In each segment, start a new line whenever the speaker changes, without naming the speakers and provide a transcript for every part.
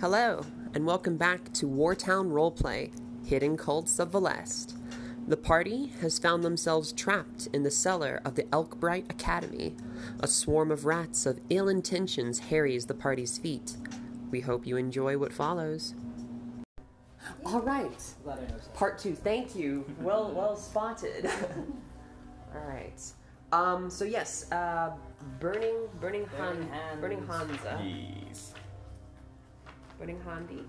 Hello, and welcome back to Wartown Roleplay Hidden Cults of Valest. The party has found themselves trapped in the cellar of the Elkbright Academy. A swarm of rats of ill intentions harries the party's feet. We hope you enjoy what follows. All right, part two. Thank you. Well, well spotted. All right. Um. So yes. Uh. Burning. Burning Han.
Burning hands.
Burning Hansa.
Yes.
Burning Hanbi.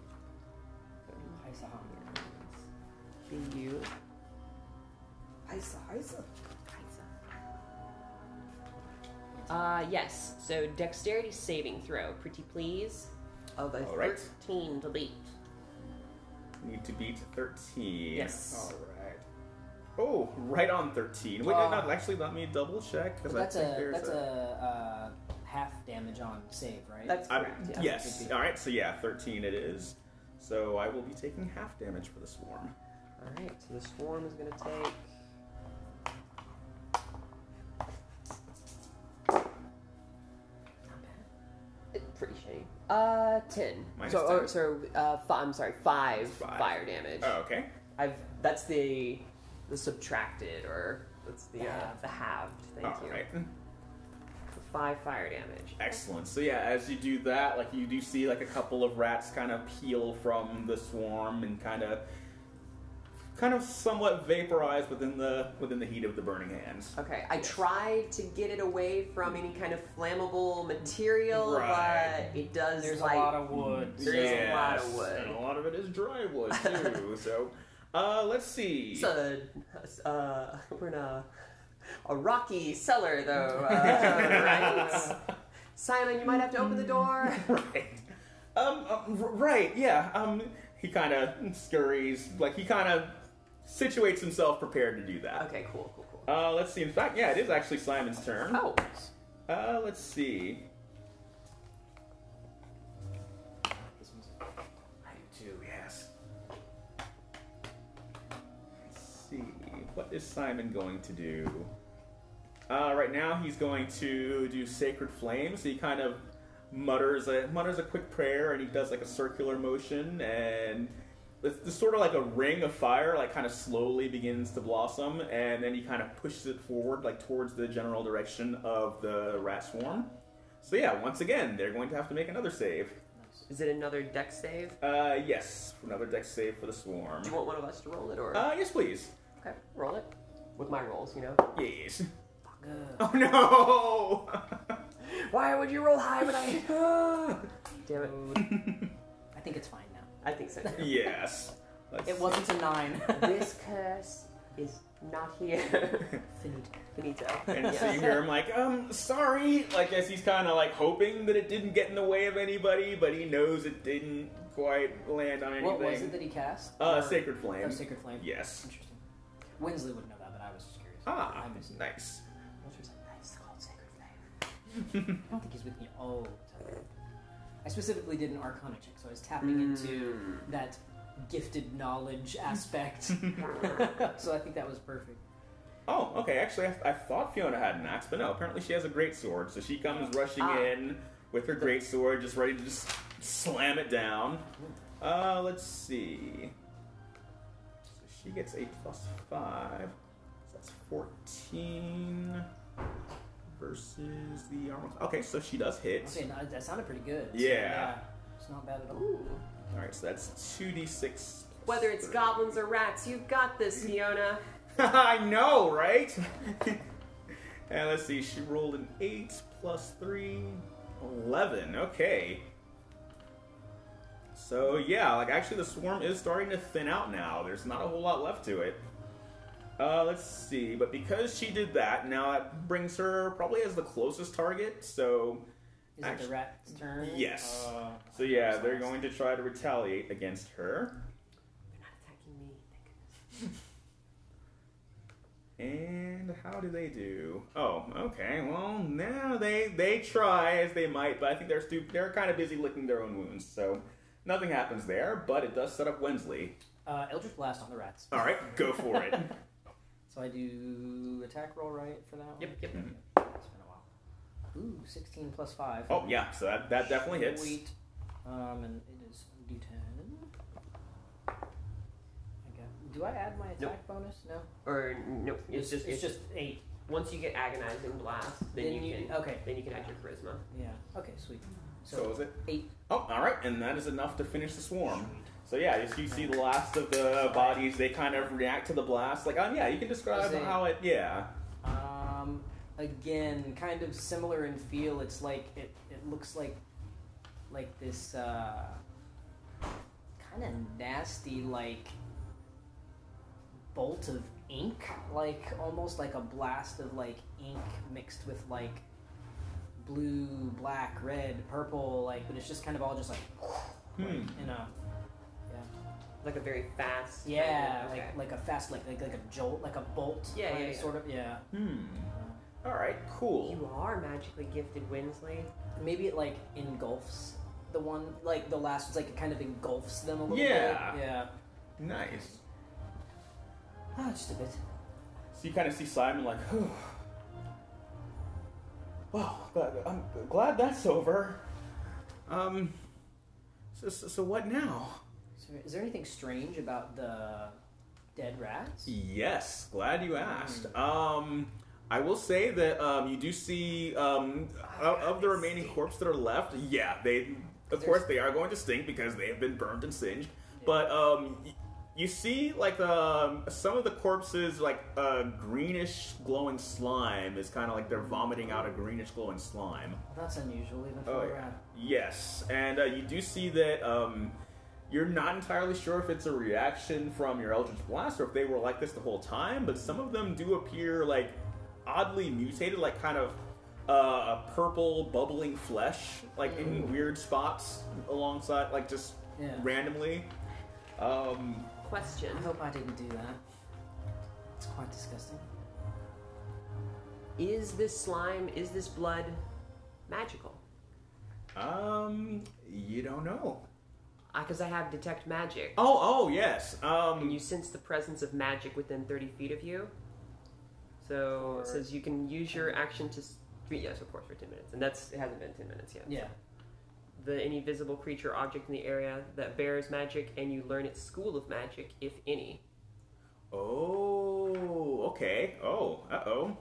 B U.
Heisa, heisa.
Uh, yes. So dexterity saving throw, pretty please, of a
All right.
Oh, thirteen to beat.
Need to beat 13.
Yes.
Alright.
Oh, right on 13. Wait, no,
Ah.
no, actually, let me double check. 'cause
That's
I think
a
there's
that's a uh, half damage on save, right?
That's
I-
correct. yeah.
Yes.
Yeah.
All right, so yeah, 13 it is. So I will be taking half damage for the swarm.
All right. So the swarm is gonna take. Not bad. It- Pretty shitty. Uh, ten.
Minus
so,
10.
Or, so, uh, fi- I'm sorry, five,
Five.
fire damage.
Oh, okay.
I've that's the the subtracted or that's the uh, the halved. Thank
All
you.
Oh, right.
Five fire damage.
Excellent. So yeah, as you do that, like you do see like a couple of rats kind of peel from the swarm and kind of kind of somewhat vaporize within the within the heat of the burning hands.
Okay, I tried to get it away from any kind of flammable material,
Right.
but it does
There's
like
a lot of wood.
Mm-hmm.
There is a lot of
Yes,
wood.
And a lot of it is dry wood too. so uh, let's see.
it's a, uh, we're in a a rocky cellar though, uh, right? Simon, you might have to open the door.
right. Um, um, r- right, yeah. Um, he kind of scurries, like he kind of situates himself prepared to do that.
Okay, cool, cool, cool.
Uh, let's see. In fact, yeah, it is actually Simon's turn.
Oh,
Uh, let's see. I do, yes. Let's see. What is Simon going to do? Uh, right now, he's going to do Sacred Flame. So he kind of mutters a mutters a quick prayer, and he does like a circular motion, and it's, it's sort of like a ring of fire, like kind of slowly begins to blossom, and then he kind of pushes it forward, like towards the general direction of the rat swarm. So yeah, once again, they're going to have to make another save.
is it another deck save?
Uh, yes, another deck save for the swarm.
Do you want one of us to roll it or?
Uh, yes, please.
okay, roll it with my rolls, you know.
Yes.
Ugh.
Oh no!
Why would you roll high when I? Damn it!
I think it's fine now.
I think so.
yes. Let's
It wasn't a nine.
this curse is not here.
Finito.
Finito.
And so
Yes.
you hear him like, um, sorry. Like as he's kind of like hoping that it didn't get in the way of anybody, but he knows it didn't quite land on anything.
What was it that he cast?
Uh,
Or-
Sacred Flame.
Oh, Sacred Flame.
Yes.
Interesting. Winsley would know that, but I was just curious.
Ah,
I missed it.
nice.
Vulture's like, "That is called sacred flame."
I don't think he's with me all the time. I specifically did an Arcana check, so I was tapping into that gifted knowledge aspect. so I think that was perfect.
Oh, okay. Actually, I, I thought Fiona had an axe, but no. Apparently, she has a great sword. So she comes rushing
Ah.
in with her great sword, just ready to just slam it down. Uh, let's see. So she gets a plus five. So that's fourteen versus the armor. Okay, so she does hit.
Okay, no, that sounded pretty good. So,
Yeah.
It's not bad at all.
All right, so that's two d six.
Whether it's goblins or rats, you've got this, Fiona.
I know, right? and let's see, she rolled an 8 plus 3, 11. Okay. So, yeah, like actually, the swarm is starting to thin out now. There's not a whole lot left to it. Uh, let's see, but because she did that, now that brings her probably as the closest target, so.
Is it
Actu-
the rat's turn?
Yes.
Uh,
So, yeah, they're going to try to retaliate against her.
They're not attacking me. thank goodness.
And how do they do? Oh, okay. Well, now they they try as they might, but I think they're stu- they're kind of busy licking their own wounds, so nothing happens there. But it does set up Wensley.
Uh, Eldritch Blast on the rats.
All right, go for it.
So I do attack roll right for that one?
Yep, yep.
Okay.
Mm-hmm.
It's been a while. Ooh, 16 plus 5.
oh yeah, so that, that definitely hits.
Sweet. Um, and it is d10. Okay. Do I add my attack
Nope.
bonus? No.
Or no, it's, just
it's just eight.
once you get agonizing blast, then,
Then
you,
you-
can oh.
okay.
Then you can add your charisma.
Yeah. Okay. Sweet. So,
So is it?
eight.
Oh, all right, and that is enough to finish the swarm.
Sweet.
So yeah, as you see the last of the bodies, they kind of react to the blast. Like, um, yeah, you can describe
I see.
how it. Yeah,
Um, again, kind of similar in feel. It's like it, it looks like like this uh, kind of nasty like bolt of ink, like almost like a blast of like ink mixed with like blue, black, red, purple, like but it's just kind of all just like
Hmm.
in a
Like a very fast. kind of-
yeah,
okay.
like like a fast like like like a jolt, like a bolt,
Yeah,
like,
yeah, yeah.
sort of yeah.
Hmm. All right. Cool.
you are magically gifted, Winsley.
Maybe it like engulfs the one, like the last one's like it kind of engulfs them a little
Yeah.
bit. Yeah.
Nice.
Ah, just a bit.
So you kind of see Simon like, Whew. well, but I'm glad that's over. Um. So, so, so what now?
Is there- Is there anything strange about the dead rats?
Yes, glad you asked. Um, I will say that um, you do see um, of, of the remaining corpses that are left. Yeah, they of course they are going to stink because they have been burned and singed. But um, y- you see like um, some of the corpses like uh, greenish glowing slime is kind of like they're vomiting out a greenish glowing slime.
Well, that's unusual, even for
Oh
a
yeah.
rat.
Yes, and uh, you do see that um, you're not entirely sure if it's a reaction from your Eldritch Blast or if they were like this the whole time, but some of them do appear like oddly mutated, like kind of uh, purple bubbling flesh, like in weird spots alongside, like just
Yeah.
randomly. Um,
Question:
I hope I didn't do that. It's quite disgusting.
Is this slime? Is this blood magical?
um, you don't know.
Because Ah, I have detect magic.
Oh, oh yes. Um,
And you sense the presence of magic within 30 feet of you. So it
For-
says you can use your action to. s- Yes, of course, for 10 minutes. And that's it hasn't been 10 minutes yet.
Yeah.
The any visible creature or object in the area that bears magic, and you learn its school of magic, if any.
Oh, okay. Oh, uh oh.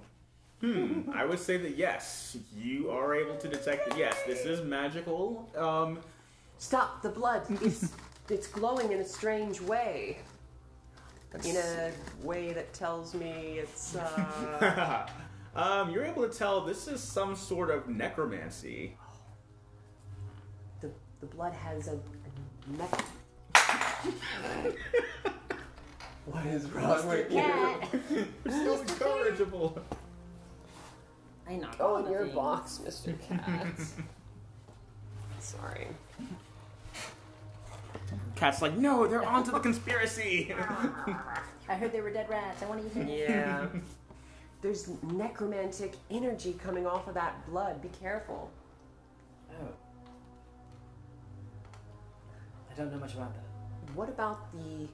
Hmm. I would say that yes, you are able to detect that yes, this is magical. Um,
Stop! The blood! It's, it's glowing in a strange way. In a way that tells me it's. Uh,
um, you're able to tell this is some sort of necromancy.
the, the blood has a. a mech-
What is wrong with you? You're so incorrigible.
I knocked
Oh,
on
in
the
your
thing.
box, Mr. Cat. Sorry.
Cat's like, no, they're onto the conspiracy.
I heard they were dead rats. I want to eat them.
Yeah. There's necromantic energy coming off of that blood. Be careful.
Oh. I don't know much about that.
What about the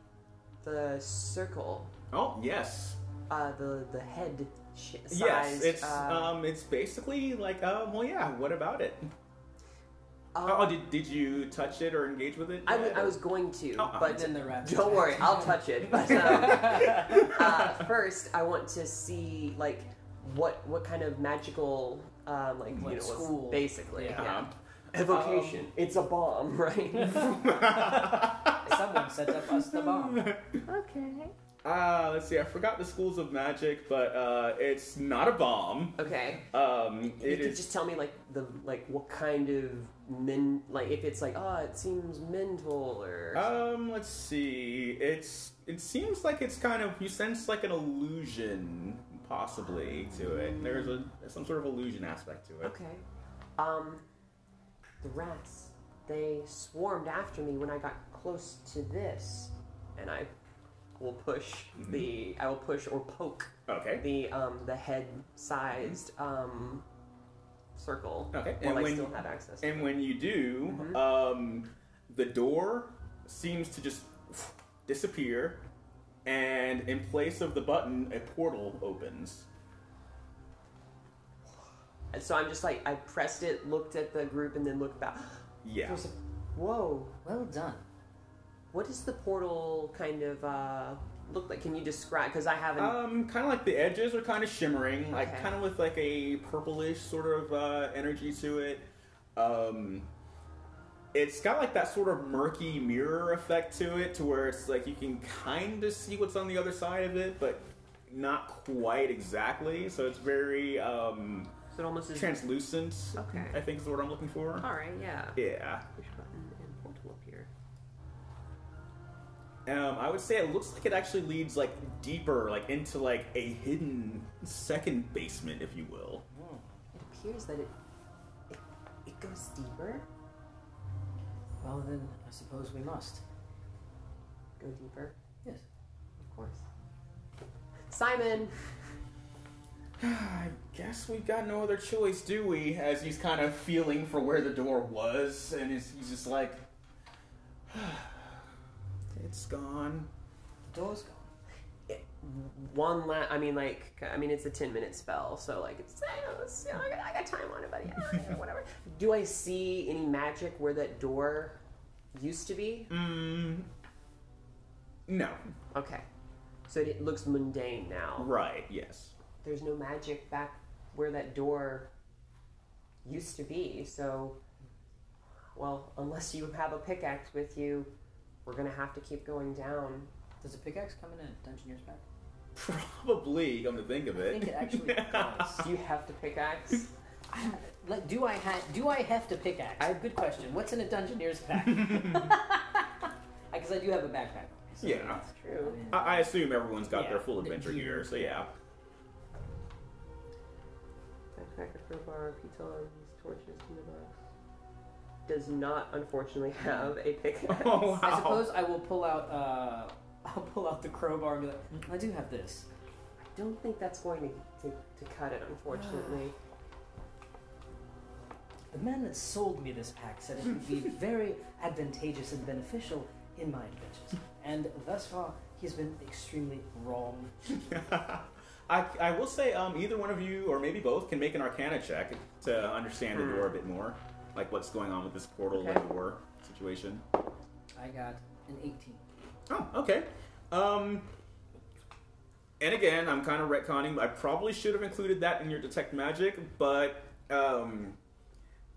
the circle?
oh yes,
Uh, the the head sh- size.
yes. It's
uh,
um, it's basically like, um, well, yeah. What about it?
uh,
Oh, did, did you touch it or engage with it?
I, w- I was going to,
Oh,
And
but
then the rats.
don't worry, I'll touch it. But um, uh, first, I want to see like what what kind of magical um, like
What
you know what's-
school?
basically
Yeah.
yeah.
Um,
evocation. it's a bomb, right?
Someone set up us the bomb.
okay.
Ah, let's see. I forgot the schools of magic, but uh, it's not a bomb.
Okay.
Um,
you
it
could
is.
just tell me like the like what kind of men like if it's like oh it seems mental or
Um, let's see. It's. It seems like it's kind of. You sense like an illusion, possibly, to it. There's a some sort of illusion aspect to it.
okay. Um, the rats they swarmed after me when I got close to this, and I will push
Mm-hmm.
the I will push or poke
Okay.
the um the head sized um circle
Okay, and
while I
when-
still have access. to
And
it.
when you do,
Mm-hmm.
um, the door seems to just disappear, and in place of the button, a portal opens.
And so I'm just like I pressed it, looked at the group, and then looked back.
Yeah.
There's a Whoa.
Well done.
What does the portal kind of uh, look like? Can you describe? Because I haven't.
Um, kind of like the edges are kind of shimmering,
Okay.
like kind of with like a purplish sort of uh, energy to it. Um, it's got like that sort of murky mirror effect to it, to where it's like you can kind of see what's on the other side of it, but not quite exactly. So it's very um,
so it almost is.
translucent.
Okay.
I think is the word I'm looking for.
All right. Yeah.
Yeah.
Push button and portal up here.
Um, I would say it looks like it actually leads like deeper, like into like a hidden second basement, if you will.
Hmm.
It appears that it it, it goes deeper.
Well, then, I suppose we must.
Go deeper,
Yes.
of course. Simon.
I guess we've got no other choice, do we? As he's kind of feeling for where the door was, and he's, he's just like, it's gone.
The door's gone.
One last. I mean, like, I mean, it's a ten minute spell, so like, it's I, know, it's, you know, I, got, I got time on it, buddy. Yeah, whatever. Do I see any magic where that door used to be?
Mm, no.
Okay. So it looks mundane now.
Right, yes.
there's no magic back where that door used to be. So, well, unless you have a pickaxe with you, we're gonna have to keep going down.
Does a pickaxe come in a Dungeoneer's pack?
Probably, come to think of
I
it.
think it actually does.
Do you have the pickaxe?
Like, do I ha- do I have to pickaxe? Good question. What's in a Dungeoneer's pack? Because I do have a backpack. so
Yeah. Uh,
that's
True.
I, I assume everyone's got
Yeah,
their
the
full adventure
gear.
gear, so yeah.
Backpacker, crowbar, pitons, torches, toolbox. Does not unfortunately have a pickaxe.
Oh, wow.
I suppose I will pull out. Uh, I'll pull out the crowbar and be like, "Hmm, I do have this.
I don't think that's going to, to, to cut it, unfortunately.
The man that sold me this pack said it would be very advantageous and beneficial in my adventures, and thus far he's been extremely wrong.
I, I will say um, either one of you, or maybe both, can make an Arcana check to understand the door a bit more, like what's going on with this portal
Okay.
and door situation.
I got an 18.
Oh, okay. Um, and again, I'm kind of retconning. I probably should have included that in your detect magic, but um,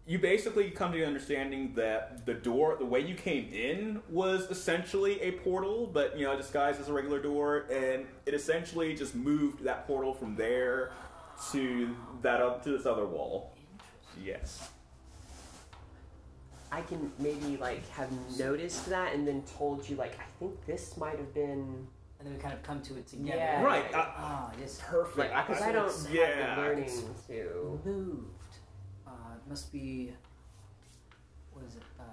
you basically come to the understanding that the door, the way you came in, was essentially a portal, but you know disguised as a regular door, and it essentially just moved that portal from there to that up to this other wall. Yes.
I can maybe like have noticed that and then told you like I think this might have been
And then we kind of come to it together.
Yeah.
Right. uh,
Ah, yes.
perfect.
Like, because I don't have the learning to.
Moved. Uh, it must be. What is it? Uh,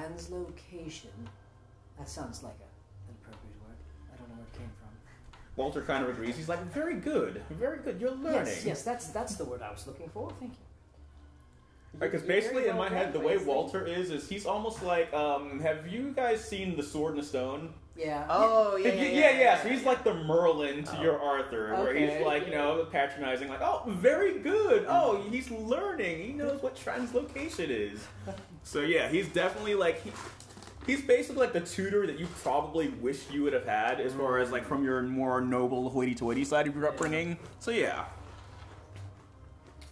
translocation. That sounds like a, an appropriate word. I don't know where it came from.
Walter kind of agrees. He's like, very good, very good. You're learning.
Yes, yes, that's that's the word I was looking for. Thank you.
Because
You're very
basically, in
well
my head, the way
read, Wesley.
Walter is, is he's almost like, um, have you guys seen The Sword and the Stone?
Yeah.
Oh yeah,
yeah, So he's like the Merlin to your Arthur, where
Okay. Mm-hmm.
he's like, you know, patronizing, like, oh, very good. Oh, he's learning. He knows what translocation is. so yeah, he's definitely like, he, he's basically like the tutor that you probably wish you would have had, as far as like from your more noble hoity-toity side of your upbringing. So yeah.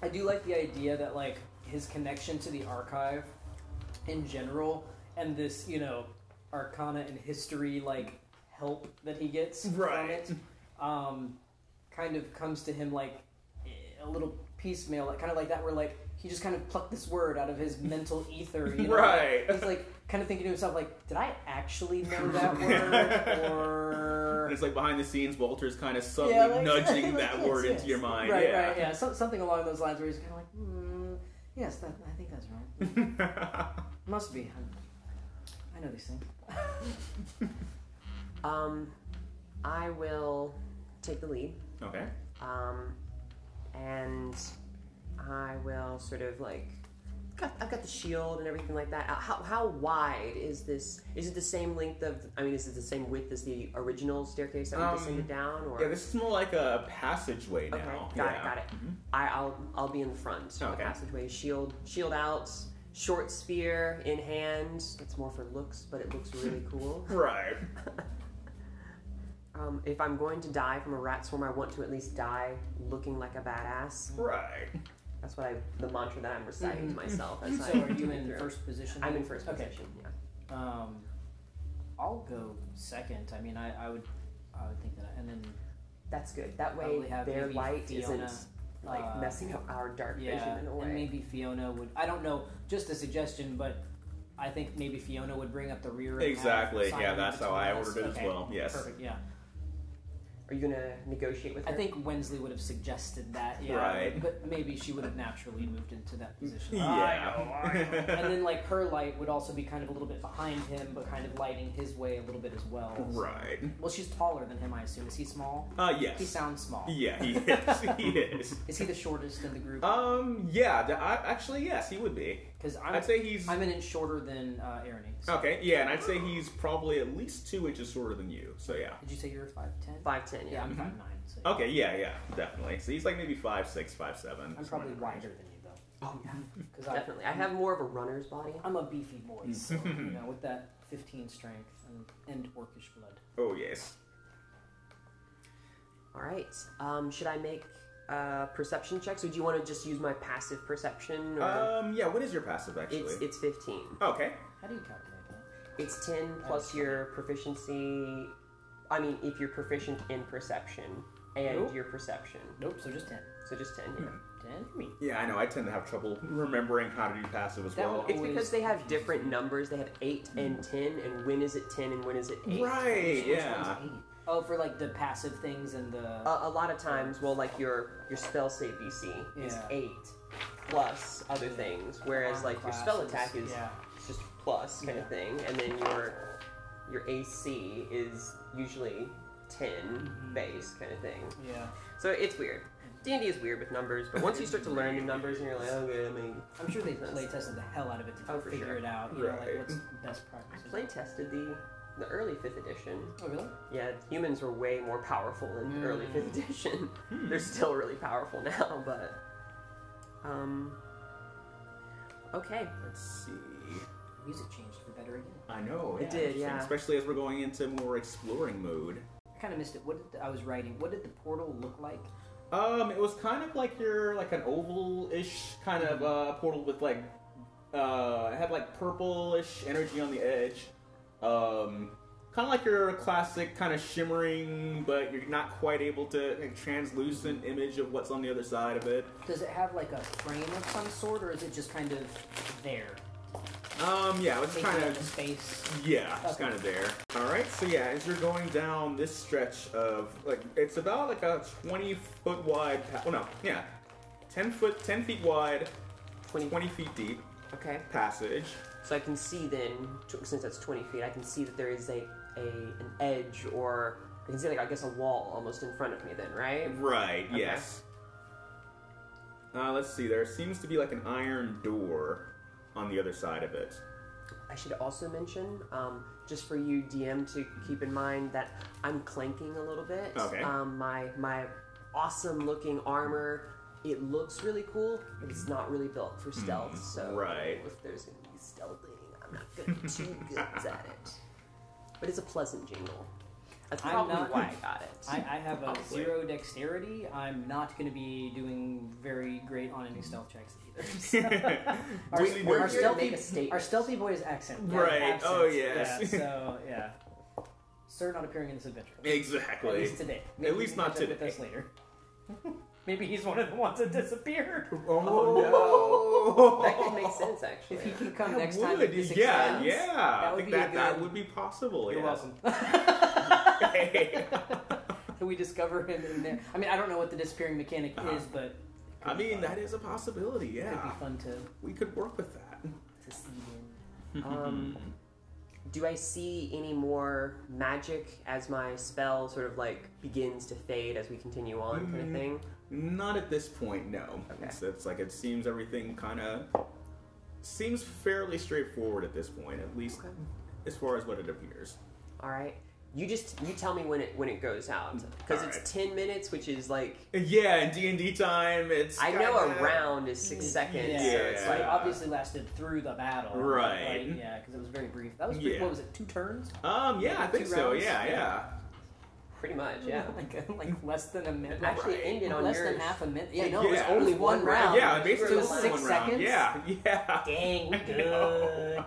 I do like the idea that like his connection to the archive in general and this, you know, arcana and history like help that he gets from
Right.
it um kind of comes to him like eh, a little piecemeal, like kind of like that where like he just kind of plucked this word out of his mental ether, you know?
Right.
He's like kind of thinking to himself like, did I actually know that word or
And it's like behind the scenes, Walter's kind of subtly
like-
nudging
like,
that
yes,
word
yes.
into your mind.
Right,
yeah.
right, yeah. So, something along those lines where he's kind of like, hmm, yes, that, I think that's right. Must be. I- I know these things.
Um, I will take the lead.
okay.
Um, and I will sort of like. Got, I've got the shield and everything like that. Uh, How, how wide is this? Is it the same length of? I mean, is it the same width as the original staircase that we
Um,
descended down? Or
Yeah, this is more like a passageway now.
okay, got
yeah. Mm-hmm.
it, got it. I, I'll I'll be in the front. of The
Okay.
passageway, shield shield out, short spear in hand. That's more for looks, but it looks really cool.
Right.
Um, if I'm going to die from a rat swarm, I want to at least die looking like a badass.
Right.
That's what I, the mantra that I'm reciting to myself as I.
So are you
read
in
through.
first position?
I'm in
then?
first
Okay.
position. Yeah.
Um, I'll go second. I mean, I, I would, I would think that, I, and then
That's good. That way,
probably have
their
maybe
light
Fiona,
isn't like
uh,
messing up our dark
Yeah,
vision in a
and
way.
maybe Fiona would. I don't know. Just a suggestion, but I think maybe Fiona would bring up the rear. and have
Exactly.
Simon
Yeah, that's how I
between us.
ordered it as
Okay,
well. Yes.
Perfect. Yeah,
Are you gonna negotiate with her?
I think Wensley would have suggested that. Yeah,
Right.
But maybe she would have naturally moved into that position.
Yeah.
and then like her light would also be kind of a little bit behind him, but kind of lighting his way a little bit as well. So-
right.
Well, she's taller than him. I assume. Is he small?
Uh, yes.
He sounds small.
yeah, he is. he is.
Is he the shortest in the group?
Um, yeah, th- I, actually, yes, he would be.
Because I'm
I'd say he's.
I'm an inch shorter than uh, Ernie. So.
okay, yeah, and I'd say he's probably at least two inches shorter than you, so yeah.
Did you say you were five ten?
five ten.
Yeah,
Yeah.
I'm
Mm-hmm.
five nine. So
Okay, yeah, yeah, definitely. So he's like maybe five six, five seven.
I'm probably wider than you though,
Oh yeah.
because
Definitely. I have more of a runner's body.
I'm a beefy boy, so, you know, with that 15 strength and, and orcish blood.
Oh yes.
All right. Um, should I make uh, perception checks, or do you want to just use my passive perception? Or...
Um, yeah. What is your passive actually?
it's it's fifteen.
okay.
How do you calculate that?
It's ten plus your proficiency. I mean, if you're proficient in perception and
Nope.
your perception,
Nope. So just 10.
so just ten. Yeah.
10? Me.
Yeah, I know. I tend to have trouble remembering how to do passive as
That
well.
would
It's because they have different numbers. They have eight and
Mm.
ten, and when is it ten and when is it eight?
right.
Which
Yeah.
one's eight? Oh, for like the passive things and the.
A, a lot of times, well, like your your spell save DC is
Yeah.
eight plus other things, whereas
arm
like your spell
classes,
attack is
yeah.
it's just plus kind
Yeah.
of thing, and then your your AC is usually 10
Mm-hmm.
base kind of thing.
yeah.
So it's weird. D and D is weird with numbers, but once you start to learn the numbers, and you're like, okay, I mean,
I'm sure they play tested the hell out of it to
Oh, for
figure
sure.
it out. You know, like
Right.
what's best practice.
play tested the the early fifth edition.
Oh, really?
Yeah, humans were way more powerful in early fifth edition. They're still really powerful now, but um, okay.
Let's see.
Music changed for better again.
I know.
It
yeah,
did,
interesting,
yeah.
Especially as we're going into more exploring mode.
I kind of missed it. What did the, I was writing? What did the portal look like?
Um, it was kind of like your like an oval-ish kind of uh, portal with like uh, it had like purplish energy on the edge. Um, kind of like your classic kind of shimmering, but you're not quite able to like, translucent image of what's on the other side of it.
Does it have like a frame of some sort, or is it just kind of there,
Um, yeah, it was
taking
kind
up the
of
space?
yeah, it's
Okay.
kind of there. All right, so yeah, as you're going down this stretch of like it's about like a 20 foot wide. Pa- well, no, yeah, 10 foot, 10 feet wide,
20,
20 feet deep.
Okay.
passage.
So I can see then, tw- since that's 20 feet, I can see that there is a, a an edge or I can see like I guess a wall almost in front of me then, right?
Right.
Okay.
Yes. Uh, let's see. There seems to be like an iron door on the other side of it.
I should also mention, um, just for you DM to keep in mind that I'm clanking a little bit.
Okay.
Um, my my awesome looking armor, it looks really cool, but it's not really built for stealth. so
Hmm. right.
if there's gonna be stealthing, I'm not gonna be too good at it. But it's a pleasant jingle. That's
I'm
probably
not-
why I got it.
I, I have a
Probably.
zero dexterity. I'm not going to be doing very great on any stealth checks either. Our-
Really
our,
We're
nervous.
here to make
stealthy,
a statement.
our stealthy boy's accent. Yeah,
Right.
absence.
Oh, yes.
Yeah, so yeah, sir, not appearing in this adventure. At
exactly.
least today. Maybe
least
he
not
catch up With
today.
us later. Maybe he's one of the ones that disappeared. Oh,
Oh,
that could make sense actually.
If he can come
That
next
would,
time, if this
yeah,
expands,
yeah. I
would
think
be a
that, that
good-
would be possible.
You're
yeah.
welcome. we discover him in there. I mean, I don't know what the disappearing mechanic
Uh-huh.
is, but it could
I
be
mean,
fun.
that is a possibility.
could be
Yeah,
fun to
we could work with that.
to see him.
Um, do I see any more magic as my spell sort of like begins to fade as we continue on, kind
Mm.
of thing?
Not at this point, no. It's, it's like it seems everything kind of seems fairly straightforward at this point, at least as far as what it appears.
All right. You just you tell me when it when it goes out because it's
Mm, Alright.
ten minutes, which is like
Yeah, in D and D time, it's.
I know a
kinda-
round is six seconds,
Yeah,
so
it's
it's
like
like
obviously lasted through the battle. but,
Right.
like, yeah, because it was very brief. That was pretty,
Yeah.
what was it? Two turns?
Um. Yeah, I
Maybe
think
two
so.
rounds?
Yeah,
Yeah.
yeah.
pretty much, yeah.
like uh, like less than a minute.
Actually, it ended on
less
yours.
than half a minute. Yeah, no, it was
Yeah.
only one round.
Yeah, basically
So it was
one
six
round.
seconds.
Yeah, yeah.
Dang,
I know.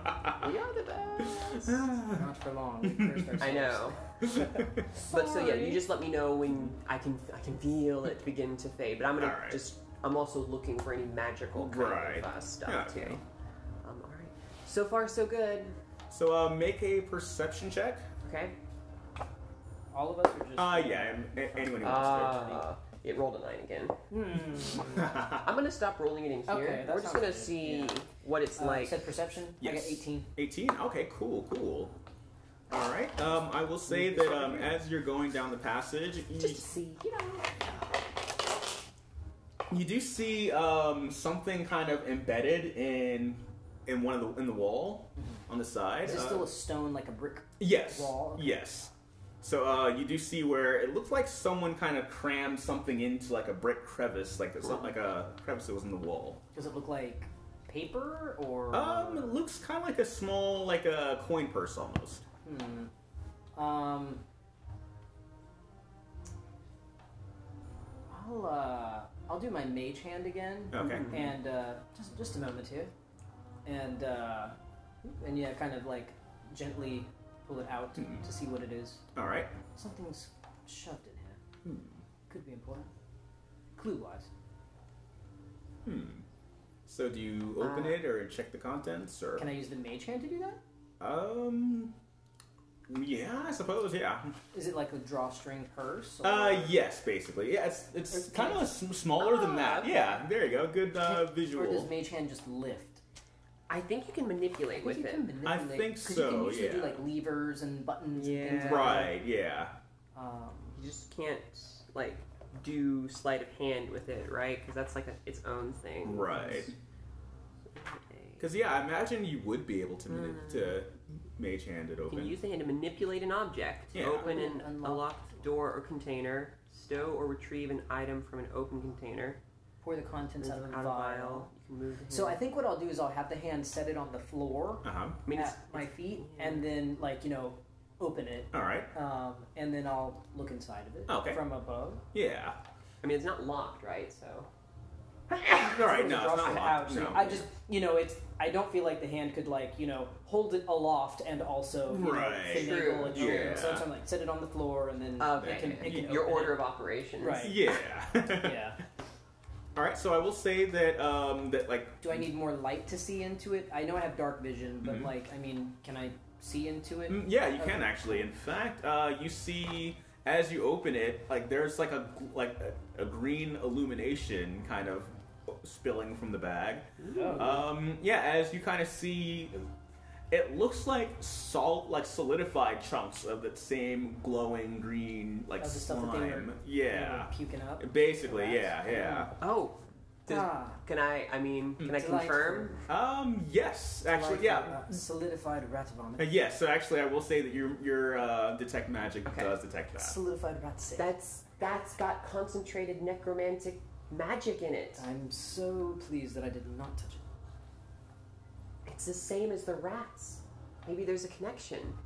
We are the best.
Not for long. We cursed ourselves.
I know, but so yeah, you just let me know when I can I can feel it begin to fade. But I'm gonna
Alright.
just I'm also looking for any magical kind
Right.
of uh, stuff
Yeah,
too.
okay.
Um, all right, so far so good.
so uh, make a perception check.
Okay,
All of us are just.
Uh, yeah, and- and anyone who wants
uh, it rolled a nine again.
Hmm.
to.
I'm gonna stop rolling it in here.
Okay, that
We're just
sounds
gonna
good,
see
yeah.
what it's
Uh, you
like.
said perception. I got
Yes.
eighteen.
18? Okay, cool, cool. Alright, um, I will say that um, as you're going down the passage, you,
just to see, you know.
you do see um, something kind of embedded in in one of the in the wall on the side.
Is this
Uh,
still a stone like a brick?
yes,
wall? Okay.
yes. So uh, you do see where it looks like someone kind of crammed something into like a brick crevice, like there's like a crevice that was in the wall.
Does it look like paper or?
Um, it looks kind of like a small, like a coin purse almost.
Hmm. Um. I'll uh, I'll do my mage hand again.
Okay.
And uh, just just a moment here, and uh, and yeah, kind of like gently pull it out
Mhm.
to see what it is.
All right.
Something's shoved in here. Could be important. Clue wise.
Hmm. So do you open
Uh,
it or check the contents or?
Can I use the mage hand to do that?
um. Yeah, I suppose. Yeah.
Is it like a drawstring purse? Or...
Uh, yes, basically. Yeah, it's it's
Okay.
kind of smaller than
Ah,
that.
okay.
Yeah. There you go. Good uh,
Or does
visual.
mage hand just lift?
I think you can manipulate with
you
it.
can manipulate-
I think
'cause You
so,
can usually do
yeah.
like levers and buttons. and things
Yeah.
like
Right. Yeah.
that. Um,
You just can't like do sleight of hand with it, right? Because that's like a, its own thing.
Right. Because yeah, I imagine you would be able to mani- to
Mm.
mage hand it
You can
open.
use the hand to manipulate an object,
Yeah.
open an
Unlock.
unlocked door or container, stow or retrieve an item from an open container,
pour the contents out of a
out
vial.
You can move. The hand.
So I think what I'll do is I'll have the hand set it on the floor
Uh huh.
I mean, it's,
at my feet, and then like you know, open it,
All right.
um, and then I'll look inside of it
Okay.
from above.
Yeah.
I mean, it's not locked, right? So
All right.
It's
No,
a
it's not
drawstring pouch,
locked.
so
No.
I just you know it's I don't feel like the hand could like you know hold it aloft and also you
Right.
know,
True.
finagle it.
Yeah.
So I'm like set it on the floor and then
okay,
it can, it can
uh, your
open
order
it.
of operations.
Right.
Yeah.
Yeah.
All right, so I will say that um that like
Do I need more light to see into it? I know I have dark vision,
Mm-hmm.
but like, I mean, can I see into it?
mm, yeah, you can
Okay.
actually. In fact, uh, you see as you open it, like there's like a like a, a green illumination kind of spilling from the bag.
Oh.
Um, yeah, as you kind of see, it looks like salt, like solidified chunks of that same glowing green like
Of the stuff
slime.
that they were-
yeah,
Like, puking up.
basically,
Relax.
yeah, yeah.
Oh, does,
Ah.
can I? I mean,
Hmm.
can I
Delightful.
confirm?
Um, yes, actually,
Delightful.
yeah.
Uh, solidified rat
Uh,
vomit.
Yes, so actually, I will say that your your uh, detect magic
Okay.
does detect that.
Solidified rat sick.
That's that's got concentrated necromantic magic in it.
I'm so pleased that I did not touch it.
It's the same as the rats. Maybe there's a connection.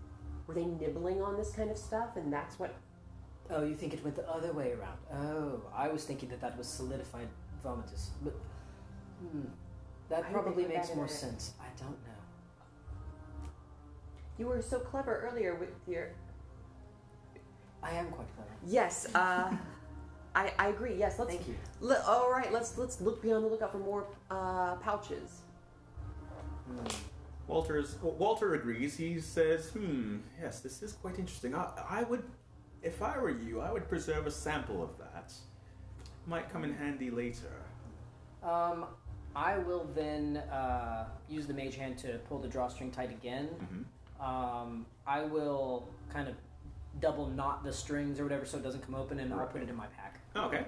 Were they nibbling on this kind of stuff, and that's what?
Oh, you think it went the other way around? Oh, I was thinking that that was solidified vomitus, but hmm, that
I don't
probably
think that
makes
that
more
is it.
sense. I don't know.
You were so clever earlier with your.
I am quite clever.
Yes. Uh, I I agree. Yes. Let's.
Thank you.
Le- all right. Let's let's look be on the lookout for more uh, pouches.
Hmm.
Walter's Walter agrees. He says, "Hmm, yes, this is quite interesting. I, I would, if I were you, I would preserve a sample of that. Might come in handy later."
Um, I will then uh, use the mage hand to pull the drawstring tight again. Um, I will kind of double knot the strings or whatever so it doesn't come open, and I'll put it in my pack.
Oh, Okay,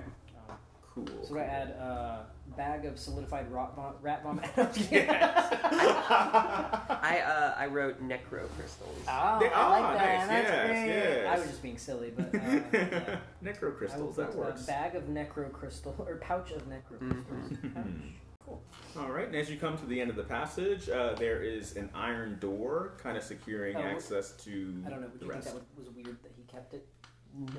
Cool.
Um, So do I add a bag of solidified rot vom- rat vomit?
Yes.
I uh, I wrote necro crystals.
Ah,
They
I
are,
like that.
nice,
That's
yes,
great.
yes.
I was just being silly, but uh, yeah.
Necro
I will
crystals,
put
that
A
works.
bag of necro crystal or pouch of necro crystals.
Mm-hmm.
Pouch. Cool.
All right, and as you come to the end of the passage, uh, there is an iron door, kind of securing
Oh,
access to
I don't know. Would
the
you think
rest.
that would- was weird that he kept it?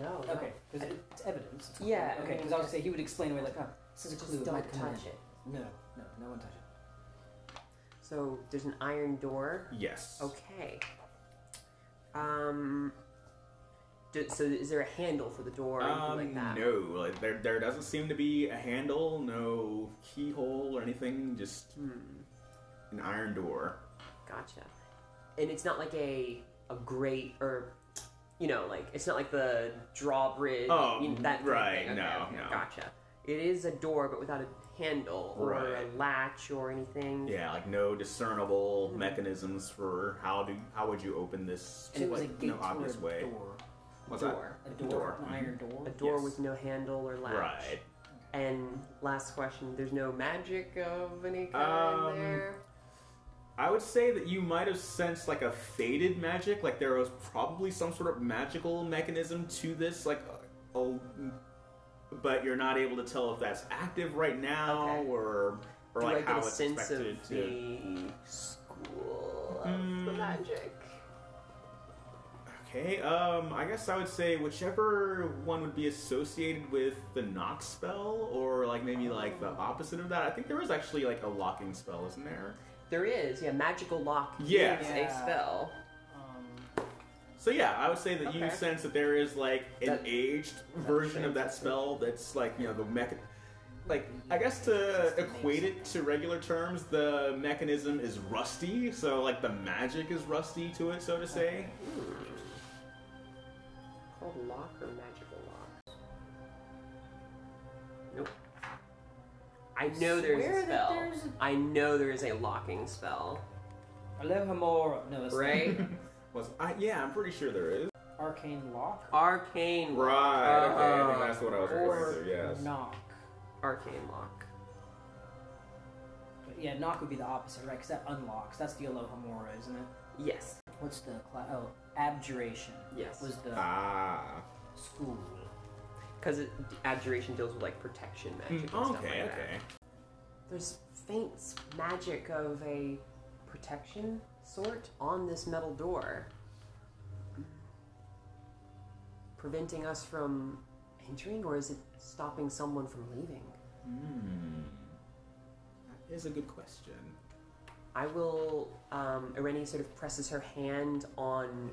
No. no.
Okay, because it's evidence. It's
Yeah,
fine. Okay,
I
because
mean,
I would say he would explain away like, oh, this is a clue.
Just
it might
don't
come in."
touch it.
No, no, no one touch it.
So there's an iron door.
yes.
Okay. Um. d- so is there a handle for the door or
Um,
anything like that?
No, like, there, there doesn't seem to be a handle, no keyhole or anything, just
Hmm.
an iron door.
Gotcha. And it's not like a a great or you know like it's not like the drawbridge.
Oh,
you know, that kind of
right,
thing. Okay,
no,
okay,
no.
Gotcha. It is a door, but without a handle or
Right.
a latch or anything.
Yeah, like no discernible
Hmm.
mechanisms for how do how would you open this
And it was a
like,
gate
no obvious
or a
way.
door.
What's that?
door.
A door,
Door.
an iron door.
A door
Yes.
with no handle or latch.
Right.
And last question: There's no magic of any kind
Um,
there.
I would say that you might have sensed like a faded magic, like there was probably some sort of magical mechanism to this, like oh, but you're not able to tell if that's active right now
Okay.
or or
Do
like
I get
how
a
it's
sense of
expected to.
the school of the
Mm.
magic?
Okay, um, I guess I would say whichever one would be associated with the knock spell, or like maybe like the opposite of that. I think there was actually like a locking spell, isn't there?
There is, yeah, magical lock
Yeah.
is a
Yeah.
spell.
Um,
So yeah, I would say that you
Okay.
sense that there is like an
That-
aged version of that spell that's like you know the mech. Like I guess to equate it to regular terms, the mechanism is rusty. So like the magic is rusty to it, so to say.
Hmm. Called lock or magical lock? Nope. I know there's
swear
a
that
spell.
there's a-
I know there is a locking spell,
Alohomora. No, that's not-
right?
Was I, yeah, I'm pretty sure there is.
Arcane lock
Arcane lock.
Right. Okay, I think
Uh-huh.
that's what I was
or
referring to. Yes.
knock.
Arcane lock.
But yeah, knock would be the opposite, right? Because that unlocks. That's the Alohomora, isn't it?
Yes.
What's the cla Oh, abjuration.
Yes.
Was the
Ah.
school.
Because abjuration deals with like protection magic. and stuff
Mm, okay.
like that.
okay.
There's faint magic of a protection sort on this metal door, preventing us from entering, or is it stopping someone from leaving?
Hmm. That is a good question.
I will. Um, Irene sort of presses her hand on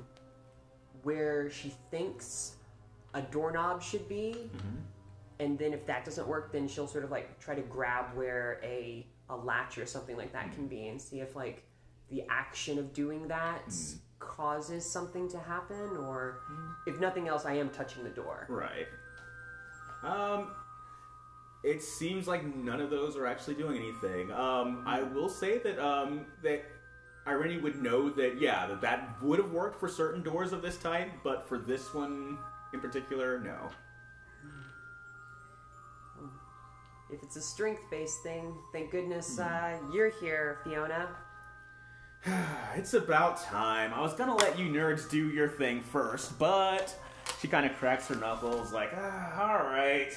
where she thinks a doorknob should be, and then if that doesn't work, then she'll sort of like try to grab where a a latch or something like that can be, and see if like the action of doing that causes something to happen, or if nothing else, I am touching the door.
Right. Um. It seems like none of those are actually doing anything. Um, I will say that um, that Irene would know that yeah that that would have worked for certain doors of this type, but for this one in particular, no.
If it's a strength-based thing, thank goodness uh, you're here, Fiona.
Uh, It's about time. I was gonna let you nerds do your thing first, but she kind of cracks her knuckles, like, ah, all right.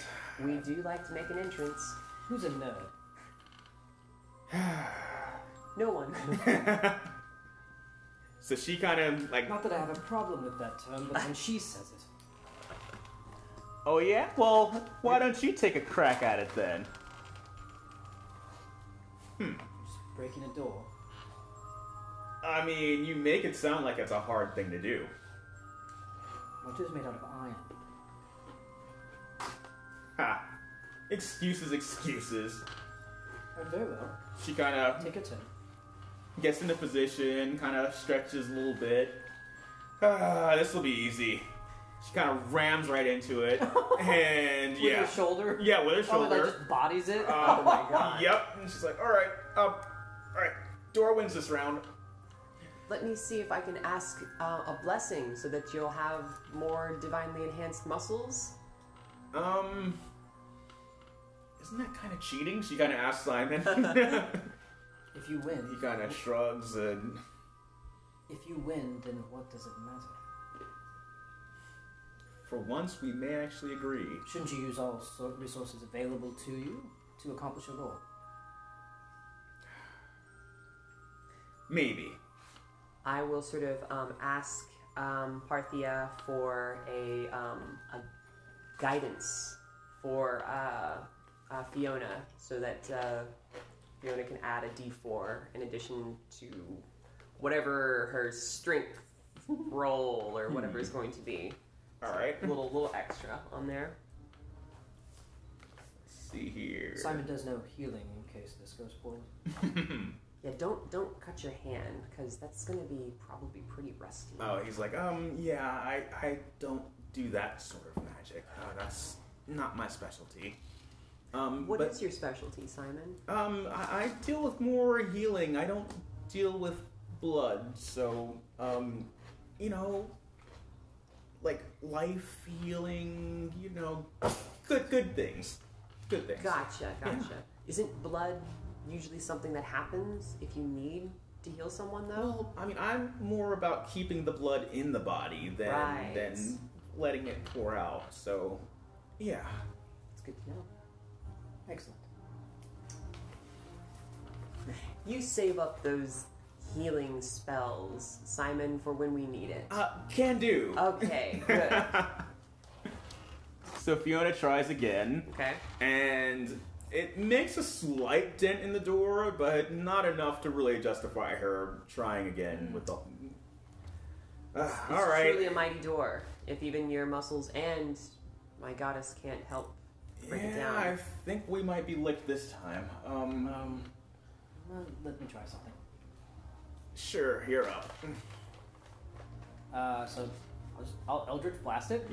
We do like to make an entrance.
Who's a nerd?
No one.
So she kind of like,
Not that I have a problem with that term, but when she says it.
oh yeah, well, why don't you take a crack at it then?
Just breaking a door.
I mean, you make it sound like it's a hard thing to do.
My door's made out of iron.
Ha! Excuses, excuses.
Oh, very well.
She kind of
Take a turn.
gets into position, kind of stretches a little bit. Ah, this will be easy. She kind of rams right into it, and
With
yeah,
your shoulder?
yeah, with her
Oh, it, like
shoulder.
just bodies it?
Um,
my God.
Yep. And she's like, all right, up, all right. Dora wins this round.
Let me see if I can ask uh, a blessing so that you'll have more divinely enhanced muscles.
Um, isn't that kind of cheating? She kind of asks Simon.
If you
he
win,
kind of shrugs and
if you win, then what does it matter?
for once we may actually agree.
Shouldn't you use all so- resources available to you to accomplish your goal?
Maybe.
I will sort of um, ask um, Parthia for a, um, a guidance for uh, uh, Fiona so that uh, Fiona can add a d4 in addition to whatever her strength roll or whatever is going to be.
All right.
A little, little extra on there.
Let's see here.
Simon does know healing in case this goes poorly.
Yeah, don't don't cut your hand because that's going to be probably pretty rusty.
Oh, he's like, um, yeah, I, I don't do that sort of magic. Uh, that's not my specialty. Um,
What is
but,
your specialty, Simon?
um, I, I deal with more healing. I don't deal with blood. So, um, you know, like life healing. You know, good, good things. Good things.
Gotcha, gotcha. Isn't blood usually something that happens if you need to heal someone, though?
Well, I mean, I'm more about keeping the blood in the body than
Right.
than letting it pour out. So, yeah.
It's good to know.
Excellent.
You save up those healing spells, Simon, for when we need it.
Uh, can do.
Oh. Okay, good.
so Fiona tries again,
Okay.
and it makes a slight dent in the door, but not enough to really justify her trying again with the. Uh, all
It's
right.
Hmm. Truly a mighty door. If even your muscles and my goddess can't help break it
yeah,
down.
I think we might be licked this time. Um,
Um, well, let me try something.
sure, you're up.
Uh, so I'll, just, I'll Eldritch blast it.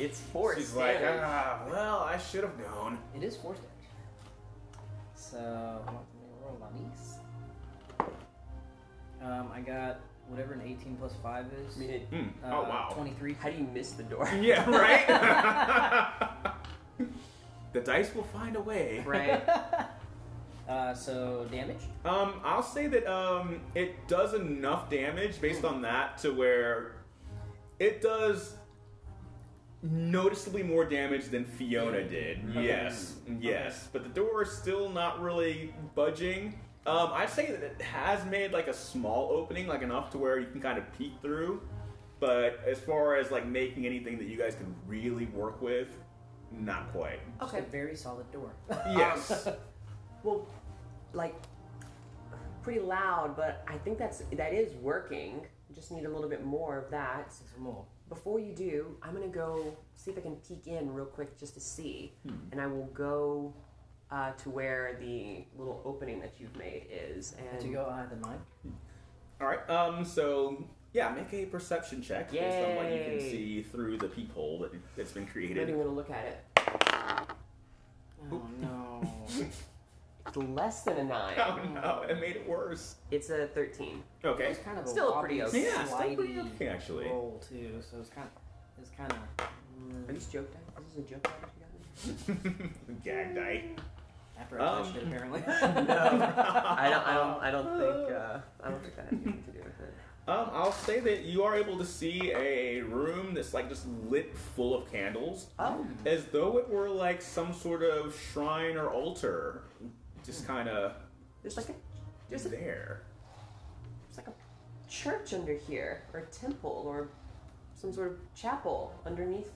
it's force.
She's like,
damage.
ah, well, I should have known.
It is force damage. So let me roll my dice. Um, I got whatever an 18 plus five
I
is.
mean, it-
Hmm.
Uh,
oh wow.
23.
how do you miss the door?
Yeah, right. the dice will find a way.
right.
Uh, so damage.
Um, I'll say that um, it does enough damage based on that to where it does noticeably more damage than Fiona did. Yes, yes, but the door is still not really budging. Um, I'd say that it has made like a small opening, like enough to where you can kind of peek through. But as far as like making anything that you guys can really work with, not quite.
Just
Okay.
a very solid door. Um,
Yes.
Well, like pretty loud, but I think that's that is working. Just need a little bit more of that.
Some more.
Before you do, I'm gonna go see if I can peek in real quick just to see, and I will go uh, to where the little opening that you've made is,
To
and
go higher than mine.
All right. Um. So yeah, make a perception check based on what you can
Yay.
see through the peephole that, that's been
I'm not
created.
even gonna look at it.
Oh no.
It's less than a nine.
Oh no! It made it worse.
It's a thirteen.
Okay.
It's kind of a
Still pretty
wobbly,
okay.
Yeah, still pretty
slidey
okay, actually.
Roll too, so it's kind of it's mm, kind of.
Are these joke dice? Is this a joke dice you got?
Gag die.
After I
Um,
touched it, apparently.
I don't. I don't. I don't think. Uh, I don't think that had anything to do with it.
Um, I'll say that you are able to see a room that's like just lit full of candles,
Oh,
as though it were like some sort of shrine or altar, just kind of
there's like a there's a
there.
It's like a church under here, or a temple, or some sort of chapel underneath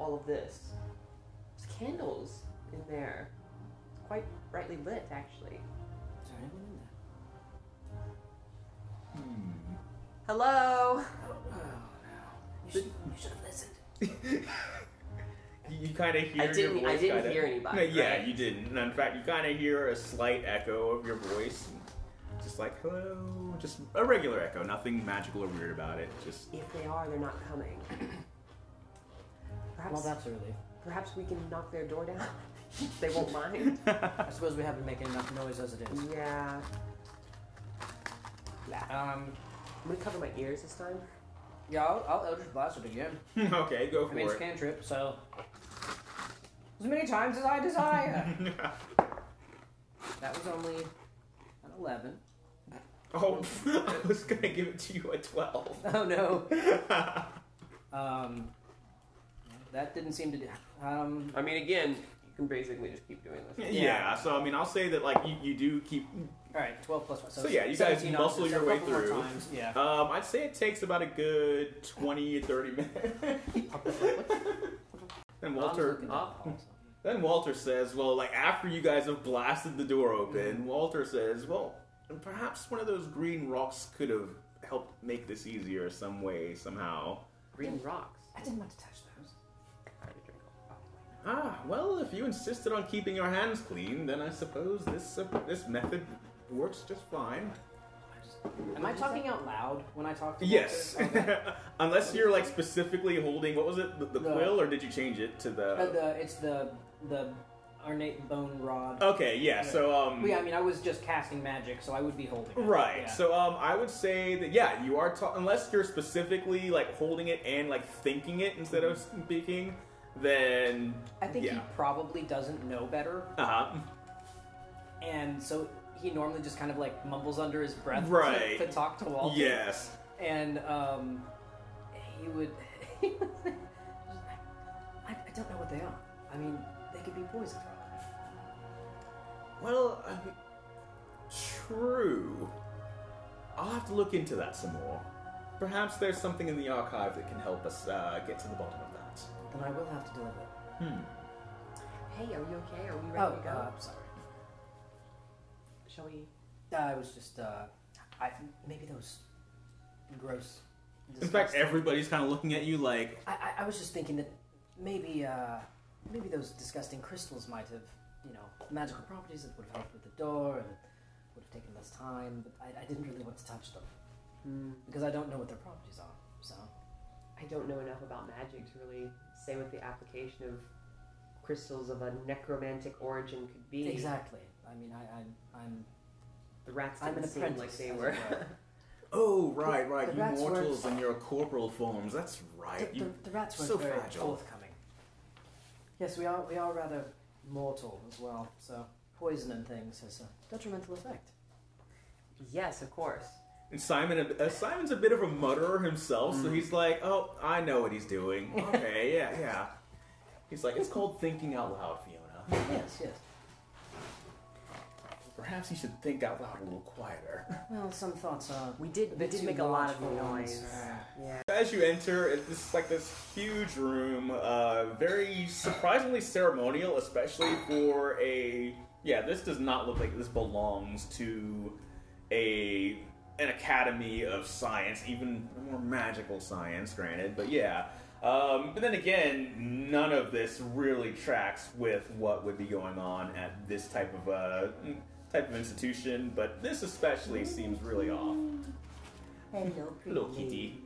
all of this. There's candles in there. It's quite brightly lit, actually.
Is there anyone in there?
Hello!
Oh, no. You should, you should have listened.
You kind of hear.
I didn't-
Your voice
I didn't
kinda-
hear anybody,
No, yeah,
right?
you didn't. And in fact, you kind of hear a slight echo of your voice, just like hello, just a regular echo, nothing magical or weird about it. Just
If they are, they're not coming.
Well,
Perhaps,
that's a relief.
perhaps we can knock their door down. they won't mind.
I suppose we haven't made enough noise as it is.
Yeah.
Um,
I'm gonna cover my ears this time.
yeah, I'll, I'll Eldritch Blast it again.
okay, go for
I mean, it's
it.
cantrip, so as many times as I desire. that was only an 11.
oh, I was gonna give it to you at twelve.
Oh no. Um, that didn't seem to do. Um,
I mean, again, you can basically just keep doing this.
yeah. So I mean, I'll say that like you, you do keep.
all right, 12 plus 1. So,
So, yeah, you guys
17
muscle
ounces,
your
a
way
couple more
through.
times, Yeah.
Um, I'd say it takes about a good 20, 30 minutes. then Walter.
Up.
Then Walter says, well, like after you guys have blasted the door open, Walter says, well, and perhaps one of those green rocks could have helped make this easier some way, somehow.
Green rocks.
I didn't want to touch those.
I already drank all-
Ah, well, if you insisted on keeping your hands clean, then I suppose this uh, this method works just fine.
Am I talking out loud when I talk to Walter?
Yes,
Okay.
unless you're like specifically holding what was it, the, the
The-
quill, or did you change it to the?
Uh, the, it's the the ornate bone rod.
Okay, yeah. So um,
Well, yeah, I mean, I was just casting magic, so I would be holding. it.
right.
Yeah.
So um, I would say that yeah, you are ta- unless you're specifically like holding it and like thinking it instead of speaking, then
Mm-hmm. I think he
yeah.
probably doesn't know better,
Uh huh.
and so he normally just kind of like mumbles under his breath to-
Right.
to, talk to Walter.
Yes.
and um, he would. he was like, I, I don't know what they are. I mean, they could be poison for all I know."
Well, I mean, true. I'll have to look into that some more. Perhaps there's something in the archive that can help us uh, get to the bottom of that. Hmm.
Then I will have to deliver.
Hey, are you okay? Are we ready
Oh,
to go?
uh, I'm sorry.
Shall we?
I was just. Uh, I maybe those gross.
In fact,
disgusting-
everybody's kind of looking at you like,
I, I, I was just thinking that maybe uh, maybe those disgusting crystals might have you know magical properties that would have helped with the door and would have taken less time. But I, I didn't really want to touch them
hmm.
because I don't know what their properties are. So
I don't know enough about magic to really say what the application of crystals of a necromantic origin could be.
exactly. I mean, I, I I'm
The rats
I'm
didn't
an
seem
apprentice.
like they
as it
were.
were.
"Oh, right, right,
The
you
rat's
mortals
worth-
and your corporal forms. That's
the,
right.
the,
You,
the rats were
so
very
fragile.
forthcoming. Yes, we are we are rather mortal as well. So poison and things has a detrimental effect.
yes, of course.
and Simon, uh, Simon's a bit of a mutterer himself, so he's like, "Oh, I know what he's doing. Okay, yeah, yeah." He's like, "It's called thinking out loud, Fiona.
Yes, yes.
Perhaps you should think out loud a little quieter."
Well, some thoughts are.
We did. We
bit
did
too
make a lot
large
of
for once.
noise. Yeah.
As you enter, it's this, like this huge room, uh, very surprisingly ceremonial, especially for a yeah. This does not look like this belongs to a an academy of science, even more magical science, granted. But yeah, um, but then again, none of this really tracks with what would be going on at this type of uh, type of institution. But this especially seems really off.
Hello,
Hello, kitty.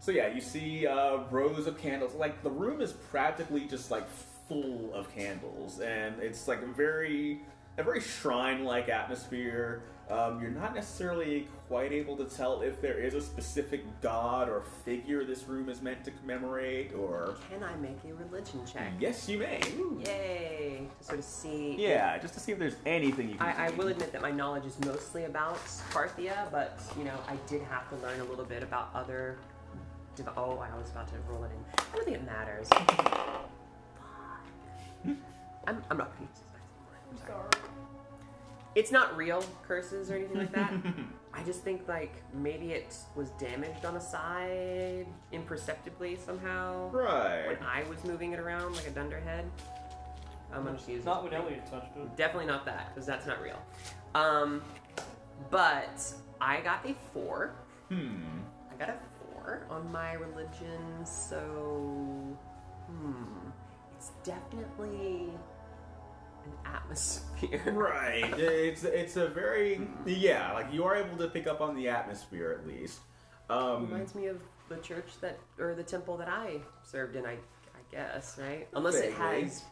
So yeah, you see uh, rows of candles. Like the room is practically just like full of candles, and it's like a very, a very shrine-like atmosphere. Um, you're not necessarily quite able to tell if there is a specific god or figure this room is meant to commemorate, or
Can I make a religion check?
yes, you may.
Mm. Yay! To sort of see.
Yeah, just to see if there's anything you can.
I, I
see.
will admit that my knowledge is mostly about Parthia, but you know, I did have to learn a little bit about other. Div- oh, I was about to roll it in. I don't think it matters. I'm, I'm not going to use this. I'm sorry. It's not real curses or anything like that. I just think like maybe it was damaged on a side imperceptibly somehow
Right.
when I was moving it around like a dunderhead. I'm gonna just use
Not when Elliot touched it.
Definitely not that, because that's not real. Um, but I got a four.
Hmm.
I got a four on my religion, so hmm, it's definitely an atmosphere.
Right. It's it's a very yeah. Like you are able to pick up on the atmosphere at least. Um,
Reminds me of the church that or the temple that I served in. I, I guess right, unless it
Vaguely.
has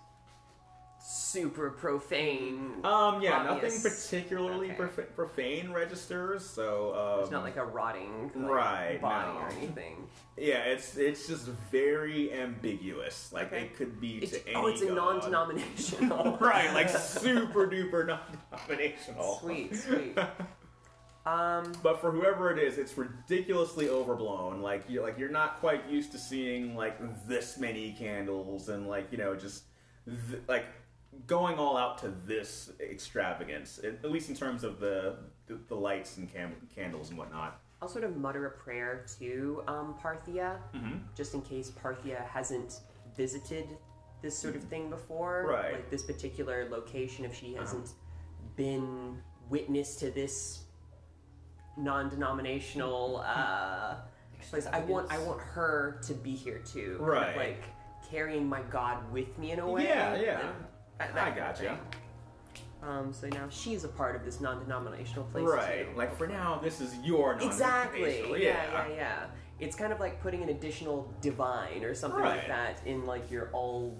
super profane.
Oh,
Um, yeah,
Obvious.
nothing particularly
Okay.
prof- profane registers. So um,
It's not like a rotting like,
right,
body
no.
or anything.
yeah, it's it's just very ambiguous. Like
Okay.
it could be
It's,
to any
oh, it's a
god.
non-denominational.
right, like super duper non-denominational.
Sweet, sweet. Um,
But for whoever it is, it's ridiculously overblown. Like you like you're not quite used to seeing like this many candles and like you know just th- like going all out to this extravagance. At at least in terms of the the, the lights and cam- candles and whatnot.
I'll sort of mutter a prayer to um, Parthia,
Mm-hmm.
just in case Parthia hasn't visited this sort of thing before.
Mm-hmm. Right. Uh-huh.
Like this particular location, if she hasn't been witness to this non-denominational
Mm-hmm.
uh, place, I want I want her to be here too. kind of
Right.
like carrying my god with me in a way.
Yeah, yeah.
That,
I
that kind of
gotcha.
thing. Um, so now she's a part of this non-denominational place
right.
too.
Like for now, this is your
Exactly.
non-denominational.
Yeah, yeah, yeah, It's kind of like putting an additional divine or something
Right.
like that in like your all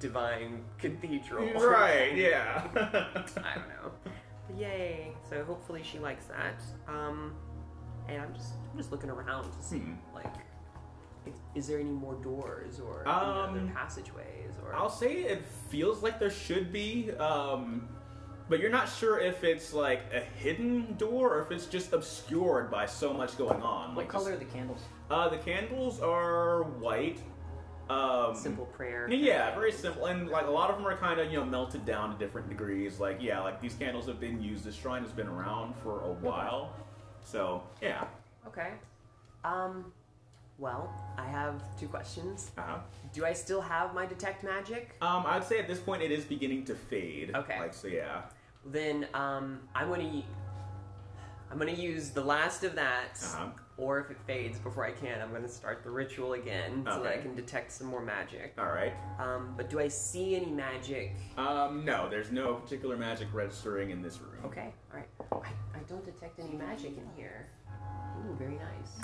divine cathedral.
Right. Yeah.
I don't know. But yay. So hopefully she likes that. Um and I'm just I'm just looking around to see
Hmm.
like if, is there any more doors or any
Um,
other passageways or
I'll say it feels like there should be, um, but you're not sure if it's like a hidden door or if it's just obscured by so much going on.
What
Like
color are
this-
the candles?
uh, the candles are white. Um,
simple prayer?
Yeah, very simple, and like a lot of them are kind of you know melted down to different degrees. Like yeah, like these candles have been used. This shrine has been around for a while, so yeah.
Okay. Um well, I have two questions.
Uh-huh.
Do I still have my detect magic?
Um, I'd say at this point it is beginning to fade.
Okay.
Like so, yeah.
then um, I'm gonna y- I'm gonna use the last of that,
Uh-huh.
or if it fades before I can, I'm gonna start the ritual again so that I
Okay.
can detect some more magic.
All right.
Um, but do I see any magic?
Um, no, there's no particular magic registering in this room.
Okay, all right. I, I don't detect any magic in here. Ooh, very nice.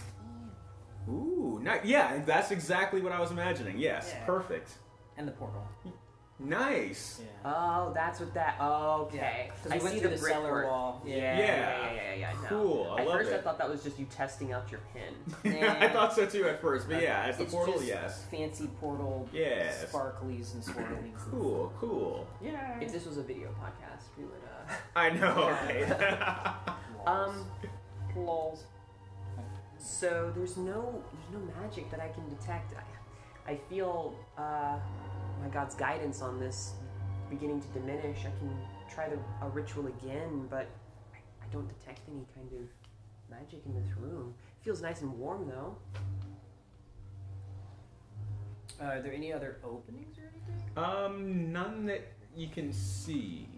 Ooh, ni- yeah, that's exactly what I was imagining. Yes,
Yeah.
perfect.
And the portal. Uh,
Nice.
Oh, that's what that. Okay,
Yeah, 'cause we
I
went
see
through
the,
the
brick
cellar
work.
wall.
Yeah, yeah,
Yeah.
yeah, yeah. yeah, no.
Cool, I
At
love
first, I
it.
thought that was just you testing out your pin.
I thought so too at first, but yeah, as the
It's
portal,
just
yes.
Fancy portal.
Yes.
Sparklies and swirlies.
Cool, cool.
Yeah.
if this was a video podcast, we would. Uh,
I know.
Um,
lols.
so there's no there's no magic that I can detect. I, I feel uh, my God's guidance on this beginning to diminish. I can try the, a ritual again, but I, I don't detect any kind of magic in this room. feels nice and warm though.
Uh, are there any other openings or anything?
okay. um, none that you can see.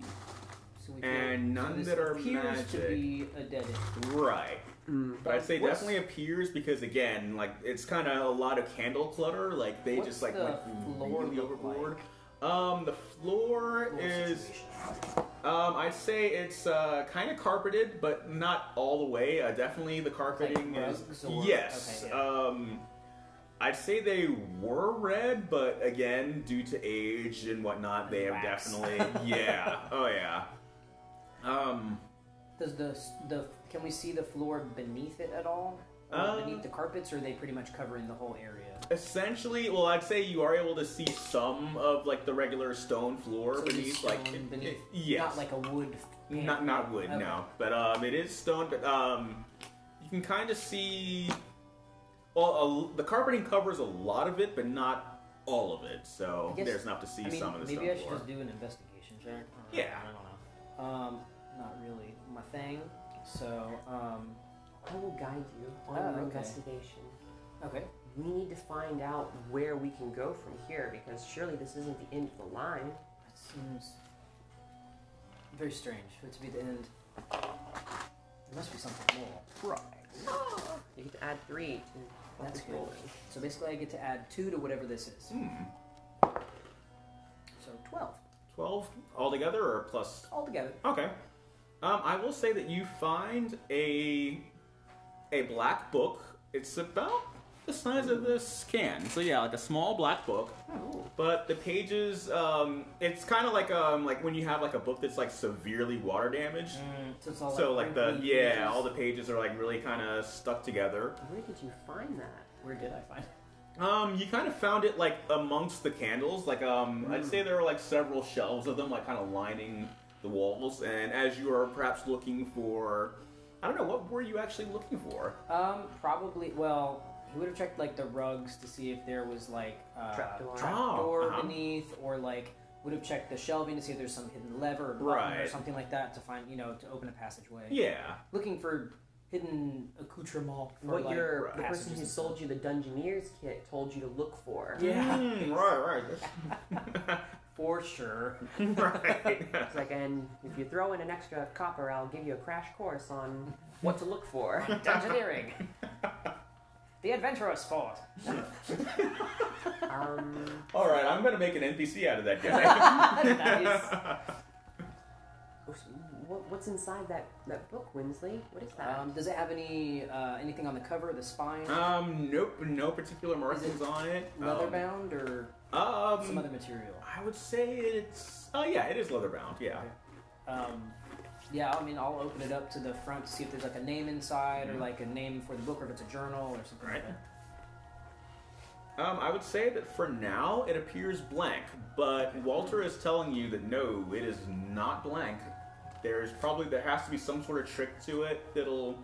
So we
And none
this
that are
appears to
magic.
be a dead end.
Right. But I'd say
What's-
definitely appears because again, like it's kind of a lot of candle clutter. Like they
What's
just like
the
went
floor
really
look
overboard. Um, the floor,
Floor
is
situation.
Um, I'd say it's uh, kind of carpeted, but not all the way. Uh, definitely the carpeting
Like
is
rugs or-
yes.
okay,
um, I'd say they were red, but again, due to age and whatnot, they have
Wax.
definitely yeah. Oh yeah. Um,
Does the the can we see the floor beneath it at all? Or
Uh,
beneath the carpets, or are they pretty much covering the whole area?
essentially, well, I'd say you are able to see some of like the regular stone floor
So it's
beneath,
stone
like it-
beneath,
it- yes.
not like a wood. pan.
Not not wood,
Okay.
no. But um, it is stone. But um, you can kind of see. Well, a, the carpeting covers a lot of it, but not all of it. So
I guess-
there's enough to see
I mean,
some of the
maybe
stone
I should
floor.
just do an investigation check. or-
Yeah.
I don't know. Um, not really my thing. So, um,
I will guide you on
Oh,
your
okay.
investigation.
okay.
We need to find out where we can go from here because surely this isn't the end of the line.
That seems very strange for it to be the end. There must be something more.
You get to add three to what
That's
is
good.
rolling.
So basically, I get to add two to whatever this is.
Hmm.
So twelve
Twelve altogether, or plus?
altogether.
Okay. Um, I will say that you find a a black book. It's about the size of this can. So yeah, like a small black book. But the pages, um, it's kind of like um, like when you have like a book that's like severely water damaged.
So it's Mm. all like,
So like the
wrinkly
yeah,
pages.
all the pages are like really kind of stuck together.
Where did you find that?
Where did I find it?
Um, you kind of found it like amongst the candles. Like um, I'd say there were like several shelves of them, like kind of lining the walls. And as you are perhaps looking for, I don't know, what were you actually looking for?
Um, probably. Well, he would have checked like the rugs to see if there was like uh,
Trapdoor.
trapdoor
Oh, uh-huh.
beneath, or like would have checked the shelving to see if there's some hidden lever or, button or
Right.
something like that to find you know to open a passageway.
Yeah.
Looking for hidden accoutrement. For,
What
like,
your
right.
the person who
passages.
sold you the Dungeoneers kit told you to look for?
Yeah,
Mm, right,
for sure.
right. right.
It's like, and if you throw in an extra copper, I'll give you a crash course on what to look for.
Dungeoneering. the adventurous sport.
Um,
All right, I'm gonna make an NPC out of that guy.
Nice.
what, what's inside that, that book, Winsley? What is that?
Um, does it have any uh, anything on the cover, the spine,
um, nope, no particular markings on it.
leather
um,
bound, or
Um,
some other material?
I would say it's. Oh yeah, it is leather bound. Yeah.
Um, yeah, I mean, I'll open it up to the front to see if there's like a name inside or like a name for the book or if it's a journal or something
Mm-hmm. Right.
like that.
Um, I would say that for now it appears blank, but Walter is telling you that no, it is not blank. There's probably there has to be some sort of trick to it that'll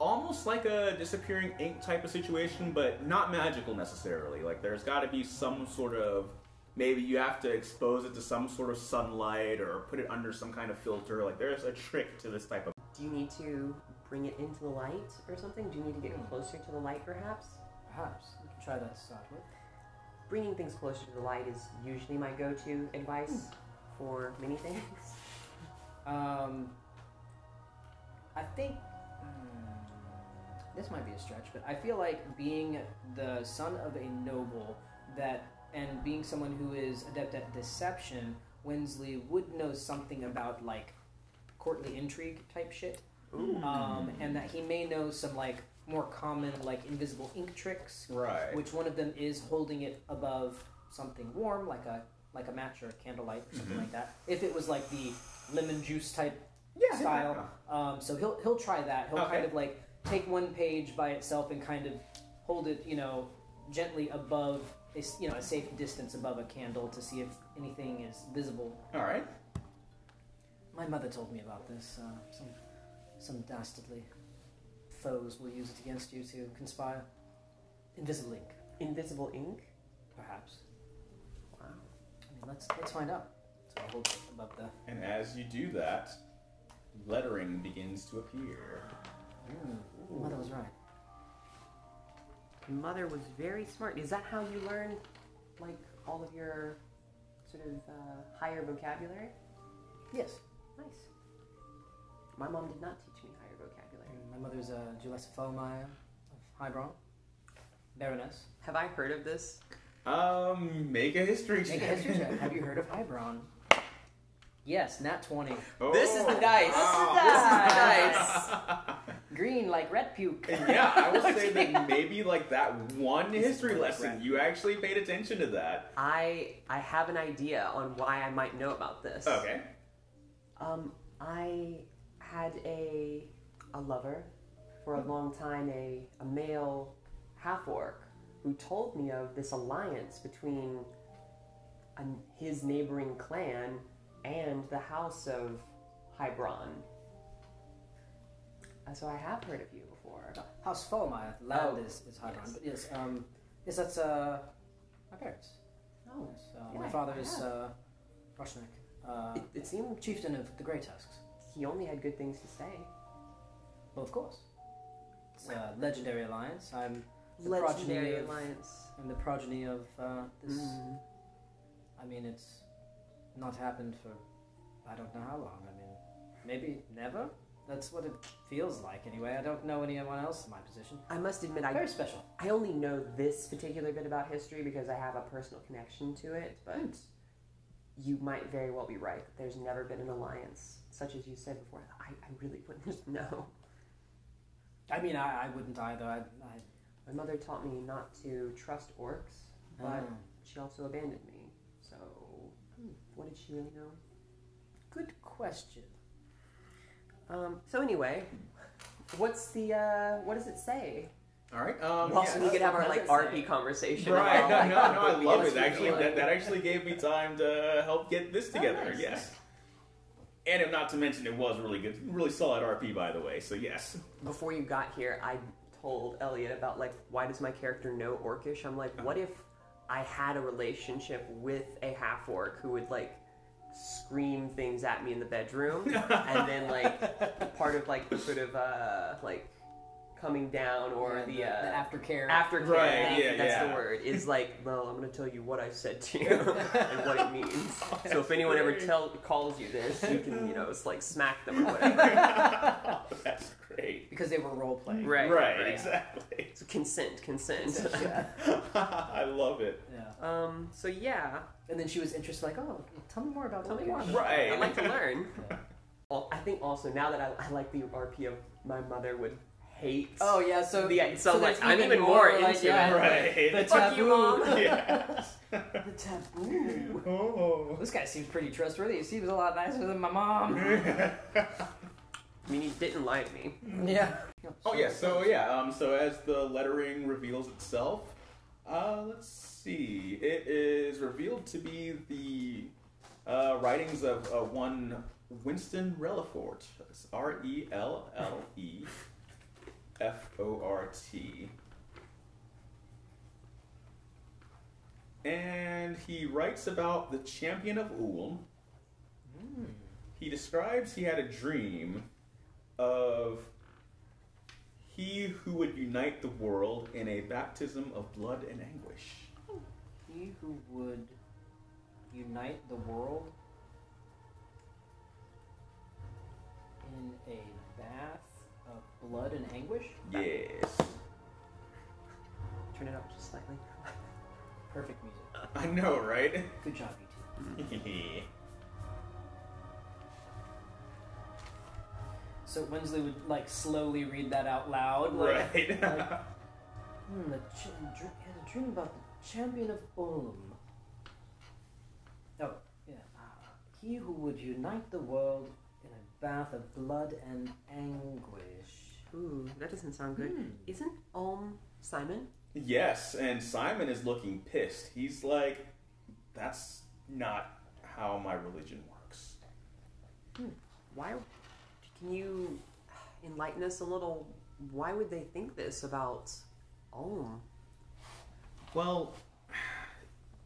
almost like a disappearing ink type of situation, but not magical necessarily. Like there's got to be some sort of maybe you have to expose it to some sort of sunlight or put it under some kind of filter. Like there's a trick to this type of.
Do you need to bring it into the light or something? Do you need to
Hmm.
get closer to the light, perhaps?
Perhaps we can try that to start with.
Bringing things closer to the light is usually my go-to advice
Hmm.
for many things.
Um, I think hmm, this might be a stretch, but I feel like being the son of a noble that and being someone who is adept at deception, Winsley would know something about like courtly intrigue type shit,
Mm.
um, and that he may know some like more common like invisible ink tricks,
Right.
which one of them is holding it above something warm, like a like a match or a candlelight or
Mm-hmm.
something like that. If it was like the lemon juice type
Yeah,
style, um, so he'll he'll try that. He'll
Okay.
kind of like take one page by itself and kind of hold it, you know, gently above, a, s- you know, a safe distance above a candle to see if anything is visible.
All right.
My mother told me about this. Uh, some some dastardly foes will use it against you to conspire. Invisible ink,
Invisible ink?
perhaps.
Wow.
I mean, let's let's find out. So I'll hold it above the.
And as you do that, lettering begins to appear.
Your Mother was right.
Your mother was very smart. Is that how you learned, like, all of your sort of uh, higher vocabulary?
Yes.
Nice. My mom did not teach me higher vocabulary.
My mother's a Julissa Follmeyer of Heilbronn, Baroness.
Have I heard of this?
Um, make a history check.
Make a history check. Have you heard of Heilbronn? Yes, nat 20.
Oh,
This is the dice.
Green like red puke.
yeah, I would say that maybe like that one history lesson, you actually paid attention to that.
I I have an idea on why I might know about this.
Okay.
Um, I had a a lover for a long time, a, a male half orc who told me of this alliance between an, his neighboring clan and the house of Hybron. Uh, So I have heard of you before.
House Follmeyer. Loud
Oh,
is, is Heilbronn. But yes, um, yes, that's uh, my parents.
Oh,
Yes, uh, my
yeah,
father
I
is
have.
uh, Roshnik, uh,
It, it seemed
chieftain of the Grey Tusks.
he only had good things to say.
Well, of course. It's a legendary alliance. I'm the progeny
Legendary
of,
alliance. Mm-hmm.
I'm the progeny of uh, this.
Mm.
I mean, it's not happened for I don't know how long. I mean, maybe never. That's what it feels like, anyway. I don't know anyone else in my position.
I must admit, I
Very special.
I only know this particular bit about history because I have a personal connection to it, but
Hmm.
you might very well be right. that There's never been an alliance, such as you said before. I, I really wouldn't know.
I mean, I, I wouldn't either. I, I
My mother taught me not to trust orcs, but
Oh.
she also abandoned me. So,
Hmm.
what did she really know?
Good question.
Um, so anyway, what's the uh, what does it say?
All right. Um,
Well,
yeah.
so we could have our like
Another
RP
say.
conversation.
Right.
about,
No,
like,
no, no. I
what we
love it.
actually
Actually,
like.
that, that actually gave me time to help get
Oh,
this together.
nice.
Yes. And if not to mention, it was really good, really solid RP, by the way. So yes.
Before you got here, I told Elliot about like why does my character know orcish? I'm like, what if I had a relationship with a half orc who would like scream things at me in the bedroom, and then like part of like the sort of uh like coming down or
Yeah,
the, uh,
aftercare.
aftercare.
Right,
thank you,
yeah,
that's
yeah.
the word. Is like, well, I'm gonna tell you what I said to you and what it means. so if anyone ever
great.
tell calls you this, you can, you know, it's like smack them or whatever.
That's great.
because they were role playing.
right,
Right. Exactly.
So consent, consent.
I love it.
Yeah.
um. So yeah,
And then she was interested, like, oh, tell me more about
Tell me
Orcish.
more about
Right.
I like to learn. Well, I think also now that I, I like the RP of my mother would hate.
Oh yeah, so
The- so,
that's
like, I'm even more into it.
Right.
The
Fuck you,
taboo.
Mom.
Yes.
The taboo.
oh.
This guy seems pretty trustworthy. He seems a lot nicer than my mom.
I mean, he didn't lie to me.
yeah.
Oh yeah, so yeah, um, so as the lettering reveals itself, uh, let's see, it is revealed to be the uh, writings of uh, one Winston Relafort, It's R E L L E F O R T, and he writes about the champion of Ulm. He describes he had a dream of he who would unite the world in a baptism of blood and anguish.
He who would unite the world in a bath of blood and anguish.
Yes.
Turn it up just slightly.
Perfect music.
I know, right?
Good job, you two. So Winsley would like slowly read that out loud. Like,
right.
like, hmm, the ch- dr- had a dream about the champion of Ulm. Oh, yeah. Ah, He who would unite the world in a bath of blood and anguish.
Ooh, that doesn't sound good. Isn't Ulm Simon?
yes, and Simon is looking pissed. He's like, that's not how my religion works.
why can you enlighten us a little why would they think this about Ulm?
Well,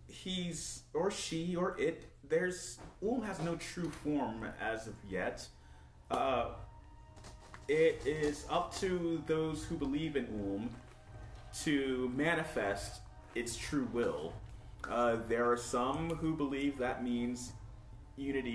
he's or she or it. There's Ulm has no true form as of yet. Uh, it is up to those who believe in Ulm to manifest its true will. Uh, there are some who believe that means unity